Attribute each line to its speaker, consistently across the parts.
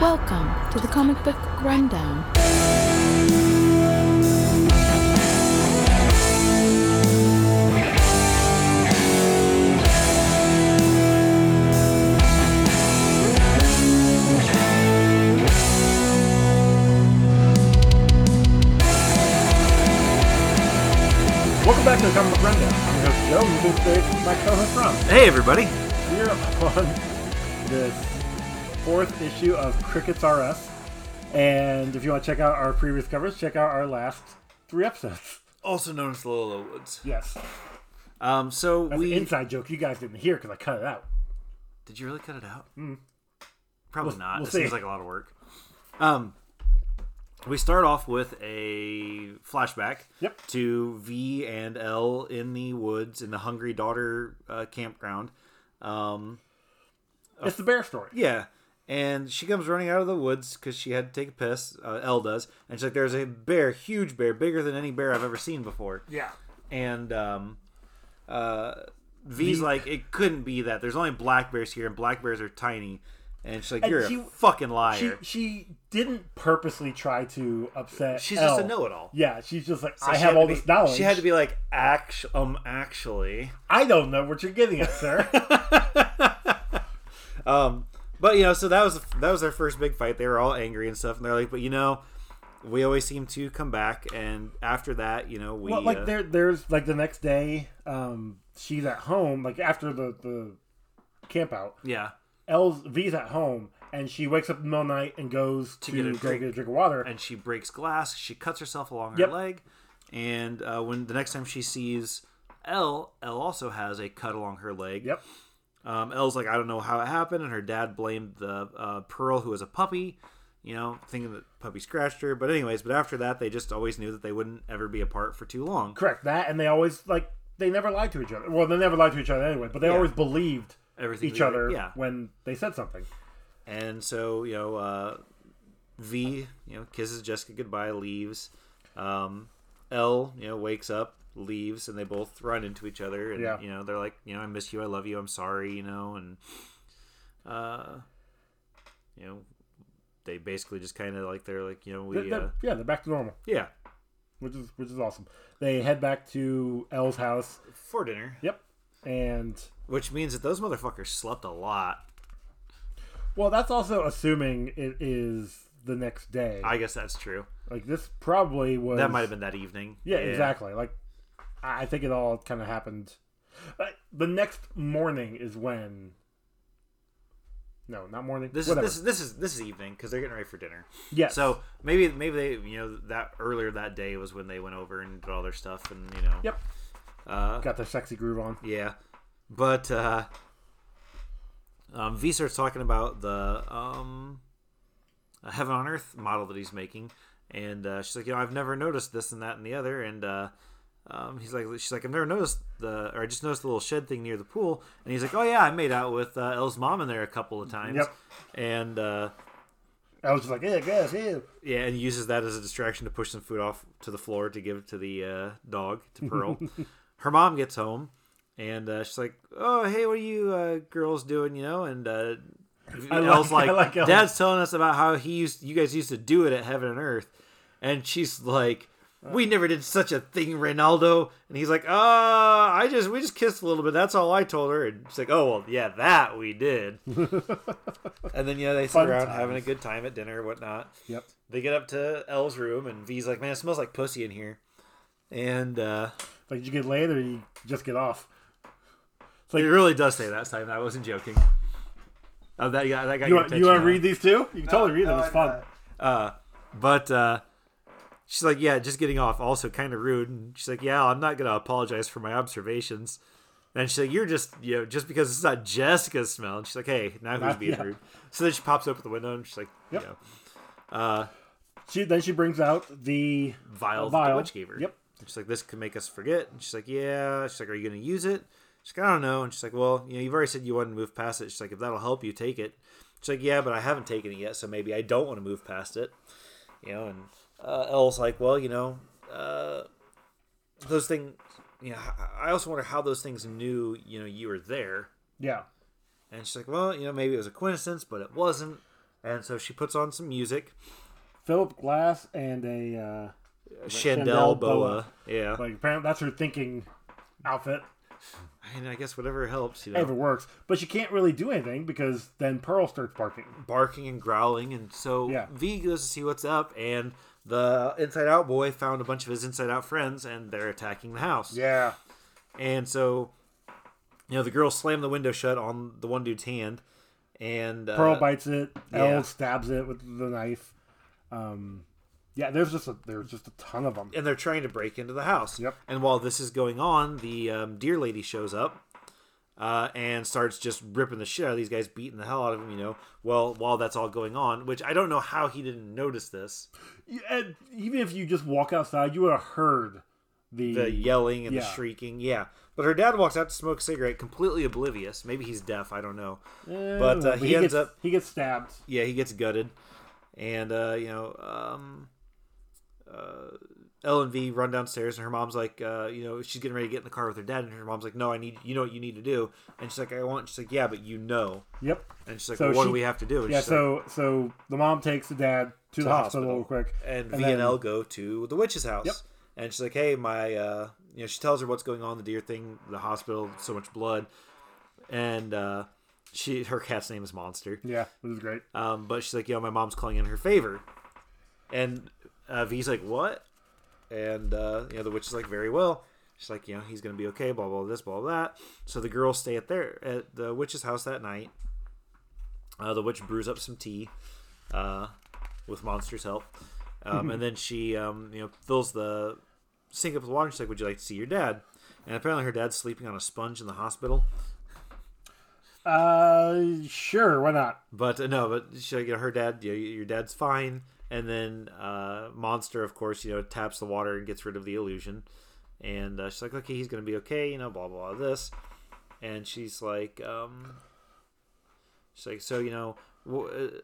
Speaker 1: Welcome to the Comic Book Rundown.
Speaker 2: Welcome back to the Comic Book Rundown. I'm your host Joe, and this is my co-host Ron.
Speaker 3: Hey, everybody.
Speaker 2: We're on this fourth issue of Crickets RS, and if you want to check out our previous covers, check out our last three episodes.
Speaker 3: Also known as Lola Woods.
Speaker 2: Yes,
Speaker 3: Um, so
Speaker 2: that's
Speaker 3: we
Speaker 2: an inside joke you guys didn't hear because I cut it out.
Speaker 3: did you really cut it out? Probably
Speaker 2: Mm. We'll-
Speaker 3: not.
Speaker 2: we'll
Speaker 3: it
Speaker 2: see.
Speaker 3: seems like a lot of work. Um, we start off with a flashback.
Speaker 2: Yep.
Speaker 3: To V and L in the woods in the Hungry Daughter uh, campground. Um,
Speaker 2: It's the bear story.
Speaker 3: yeah, and she comes running out of the woods because she had to take a piss. Uh, L does, and she's like, "There's a bear, huge bear, bigger than any bear I've ever seen before."
Speaker 2: Yeah,
Speaker 3: and um, uh, V's like, it couldn't be that. There's only black bears here, and black bears are tiny. And she's like,
Speaker 2: And
Speaker 3: you're
Speaker 2: she-
Speaker 3: a fucking
Speaker 2: she
Speaker 3: liar.
Speaker 2: she didn't purposely try to upset.
Speaker 3: she's just a
Speaker 2: Elle.
Speaker 3: know-it-all.
Speaker 2: Yeah, she's just like
Speaker 3: So
Speaker 2: I
Speaker 3: she had
Speaker 2: have
Speaker 3: to
Speaker 2: all
Speaker 3: be-
Speaker 2: this knowledge.
Speaker 3: She had to be like, actually, um, actually.
Speaker 2: I don't know what you're getting at, sir.
Speaker 3: Um, but you know, so that was that was their first big fight. They were all angry and stuff, and they're like, but you know, we always seem to come back. And after that, you know, we
Speaker 2: Well, like
Speaker 3: uh,
Speaker 2: there, there's like the next day, um, she's at home, like after the the camp out.
Speaker 3: yeah,
Speaker 2: L's V's at home, and she wakes up in the middle of the night and goes to,
Speaker 3: get a
Speaker 2: go
Speaker 3: drink.
Speaker 2: get a drink of water.
Speaker 3: and she breaks glass. She cuts herself along
Speaker 2: Yep.
Speaker 3: her leg, and uh, when the next time she sees L, L also has a cut along her leg.
Speaker 2: yep,
Speaker 3: Um, Elle's like, I don't know how it happened, and her dad blamed the uh, Pearl, who was a puppy, you know, thinking that puppy scratched her. But anyways, but after that, they just always knew that they wouldn't ever be apart for too long.
Speaker 2: correct that. And they always like they never lied to each other. Well, they never lied to each other anyway, but they always believed
Speaker 3: Everything
Speaker 2: each
Speaker 3: they-
Speaker 2: other
Speaker 3: yeah.
Speaker 2: when they said something.
Speaker 3: And so, you know, uh, V, you know, kisses Jessica goodbye, leaves. Um, L, you know, wakes up, leaves, and they both run into each other. And,
Speaker 2: Yeah.
Speaker 3: you know, they're like, you know, I miss you, I love you, I'm sorry, you know, and, uh, you know, they basically just kind of like, they're like, you know, we,
Speaker 2: They're- they're-
Speaker 3: uh,
Speaker 2: yeah, they're back to normal,
Speaker 3: yeah,
Speaker 2: which is which is awesome. They head back to L's house.
Speaker 3: for dinner.
Speaker 2: Yep, and
Speaker 3: Which means that those motherfuckers slept a lot.
Speaker 2: well, that's also assuming it is the next day.
Speaker 3: I guess that's true.
Speaker 2: like this probably was
Speaker 3: That might have been that evening.
Speaker 2: Yeah, exactly. Like, I I think it all kind of happened. Uh, The next morning is when. No, not morning.
Speaker 3: This
Speaker 2: Whatever.
Speaker 3: is this is this is this is evening because they're getting ready for dinner.
Speaker 2: Yes.
Speaker 3: So maybe maybe they you know that earlier that day was when they went over and did all their stuff and you know.
Speaker 2: Yep.
Speaker 3: Uh,
Speaker 2: Got their sexy groove on.
Speaker 3: yeah, but uh, um, V starts talking about the um, a heaven on earth model that he's making, and uh, she's like, you know, I've never noticed this and that and the other, and uh, um, he's like, she's like, I've never noticed the, or I just noticed the little shed thing near the pool, and he's like, oh yeah, I made out with uh, Elle's mom in there a couple of times,
Speaker 2: Yep.
Speaker 3: and. Uh,
Speaker 2: I was just like, yeah, guys, yeah.
Speaker 3: yeah, and uses that as a distraction to push some food off to the floor to give to the uh, dog to Pearl. Her mom gets home, and uh, she's like, "Oh, hey, what are you uh, girls doing?" You know, and uh,
Speaker 2: I
Speaker 3: Elle's
Speaker 2: like-
Speaker 3: like,
Speaker 2: I like Elle.
Speaker 3: "Dad's telling us about how he used you guys used to do it at Heaven and Earth," and she's like. We
Speaker 2: Uh.
Speaker 3: never did such a thing, Ronaldo. And he's like, "Uh, I just we just kissed a little bit. That's all I told her." And she's like, "Oh well, yeah, that we did." and then yeah, they sit
Speaker 2: Fun
Speaker 3: around
Speaker 2: times.
Speaker 3: having a good time at dinner, or whatnot
Speaker 2: Yep.
Speaker 3: they get up to Elle's room, and V's like, "Man, it smells like pussy in here." And uh,
Speaker 2: Like, did you get laid or you just get off?
Speaker 3: it really does say that this time. I wasn't joking. Oh, that guy, that guy.
Speaker 2: You want you want to read these too? You can totally read them. It's fun.
Speaker 3: Uh, but uh, she's like, "Yeah, just getting off." Also, kind of rude. And she's like, "Yeah, I'm not gonna apologize for my observations." And she's like, "You're just you know just because it's not Jessica's smell." And she's like, "Hey, now who's being
Speaker 2: yeah.
Speaker 3: rude?" So then she pops open the window and she's like,
Speaker 2: Yep.
Speaker 3: "You know,
Speaker 2: She then she brings out the
Speaker 3: vial, that
Speaker 2: vial.
Speaker 3: the witch gave her."
Speaker 2: Yep.
Speaker 3: She's like, this could make us forget. And she's like, yeah. She's like, are you going to use it? She's like, I don't know. And she's like, well, you know, you've already said you wanted to move past it. She's like, if that'll help you, take it. She's like, yeah, but I haven't taken it yet, so maybe I don't want to move past it. You know, and uh, Elle's like, well, you know, uh, those things, you know, I I also wonder how those things knew, you know, you were there.
Speaker 2: Yeah.
Speaker 3: And she's like, well, you know, maybe it was a coincidence, but it wasn't. And so she puts on some music,
Speaker 2: Philip Glass and a uh,
Speaker 3: Chandel,
Speaker 2: Chandel
Speaker 3: Boa.
Speaker 2: Boa.
Speaker 3: Yeah.
Speaker 2: like apparently that's her thinking outfit.
Speaker 3: and I guess whatever helps, you know.
Speaker 2: If it works, but she can't really do anything because then Pearl starts barking.
Speaker 3: barking and growling. And so
Speaker 2: Yeah.
Speaker 3: V goes to see what's up, and the Inside Out boy found a bunch of his Inside Out friends, and they're attacking the house.
Speaker 2: Yeah,
Speaker 3: And so, you know, the girl slammed the window shut on the one dude's hand, and uh,
Speaker 2: Pearl bites it.
Speaker 3: yeah.
Speaker 2: Elle stabs it with the knife. Um, yeah, there's just a, there's just a ton of them.
Speaker 3: and they're trying to break into the house.
Speaker 2: Yep.
Speaker 3: And while this is going on, the um, deer lady shows up. Uh, and starts just ripping the shit out of these guys, beating the hell out of them, you know. Well, while that's all going on, which I don't know how he didn't notice this,
Speaker 2: You- and even if you just walk outside, you would have heard the,
Speaker 3: the yelling and the
Speaker 2: Yeah.
Speaker 3: shrieking. Yeah. But her dad walks out to smoke a cigarette, completely oblivious. Maybe he's deaf. I don't know.
Speaker 2: Eh,
Speaker 3: but, uh, he ends
Speaker 2: gets,
Speaker 3: up-
Speaker 2: he gets stabbed.
Speaker 3: Yeah, he gets gutted, and uh, you know, um, uh, L and V run downstairs, and her mom's like, uh, you know, she's getting ready to get in the car with her dad, and her mom's like, no, I need, you know, what you need to do, and she's like, I want, she's like, yeah, but you know,
Speaker 2: Yep.
Speaker 3: and she's like,
Speaker 2: So
Speaker 3: well, what
Speaker 2: she-
Speaker 3: do we have to do? And
Speaker 2: Yeah.
Speaker 3: she's
Speaker 2: So
Speaker 3: like,
Speaker 2: so the mom takes the dad to, the hospital, real quick,
Speaker 3: and, V
Speaker 2: then-
Speaker 3: and L go to the witch's house.
Speaker 2: Yep.
Speaker 3: And she's like, "Hey, my," uh, you know, she tells her what's going on, the deer thing, the hospital, so much blood, and uh, she her cat's name is Monster.
Speaker 2: Yeah, this is great.
Speaker 3: Um, but she's like, "Yo, my mom's calling in her favor," and uh, V's like, "What?" And uh, you know, the witch is like, "Very well." She's like, "You know, he's gonna be okay." Blah blah this, blah blah, that. So the girls stay at their at the witch's house that night. Uh, the witch brews up some tea, uh, with monsters' help, um, and then she um, you know fills the sink up with water. And she's like, "Would you like to see your dad?" And apparently, her dad's sleeping on a sponge in the hospital.
Speaker 2: Uh, sure, why not?
Speaker 3: But uh, no, but she, you know, her dad, you know, your dad's fine. And then uh, Monster, of course, you know, taps the water and gets rid of the illusion. And uh, she's like, okay, he's going to be okay, you know, blah, blah, blah, this. And she's like, um, she's like, so, you know, wh-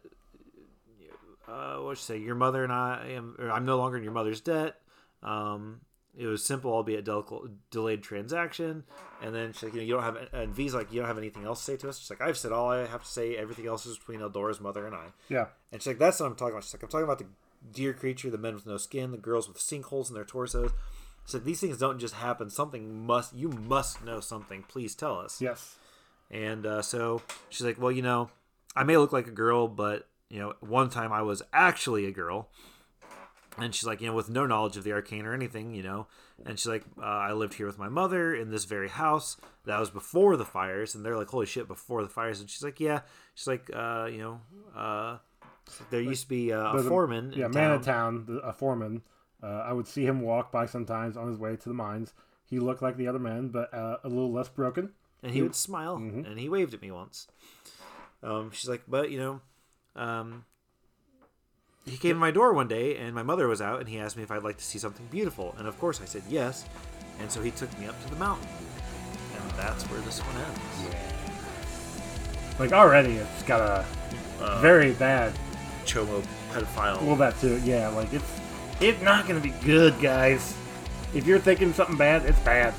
Speaker 3: uh, uh, what'd she say? Your mother and I am, or I'm no longer in your mother's debt. Um, it was simple, albeit del- delayed transaction. And then she's like, you know, you don't have, and V's like, you don't have anything else to say to us. She's like, I've said all I have to say. Everything else is between Eldora's mother and I.
Speaker 2: Yeah.
Speaker 3: And she's like, that's what I'm talking about. She's like, I'm talking about the deer creature, the men with no skin, the girls with sinkholes in their torsos. She's like, these things don't just happen. Something must, you must know something. Please tell us.
Speaker 2: Yes.
Speaker 3: And uh, so she's like, well, you know, I may look like a girl, but, you know, one time I was actually a girl. And she's like, you know, with no knowledge of the arcane or anything, you know. And she's like, uh, I lived here with my mother in this very house. That was before the fires. And they're like, holy shit, before the fires. And she's like, yeah. She's like, uh, you know, uh, there used to be uh, a
Speaker 2: There's a-
Speaker 3: foreman. in
Speaker 2: um, Yeah, man of town,
Speaker 3: town.
Speaker 2: the, a foreman. Uh, I would see him walk by sometimes on his way to the mines. He looked like the other men, but uh, a little less broken.
Speaker 3: and he would smile and he waved at me once um, she's like but you know um, he came to my door one day and my mother was out and he asked me if i'd like to see something beautiful and of course i said yes and so he took me up to the mountain and that's where this one ends
Speaker 2: Like already, it's got a
Speaker 3: Uh.
Speaker 2: very bad.
Speaker 3: chomo pedophile
Speaker 2: Well, that too. Yeah, like it's it's not gonna be good, guys. If you're thinking something bad, it's bad.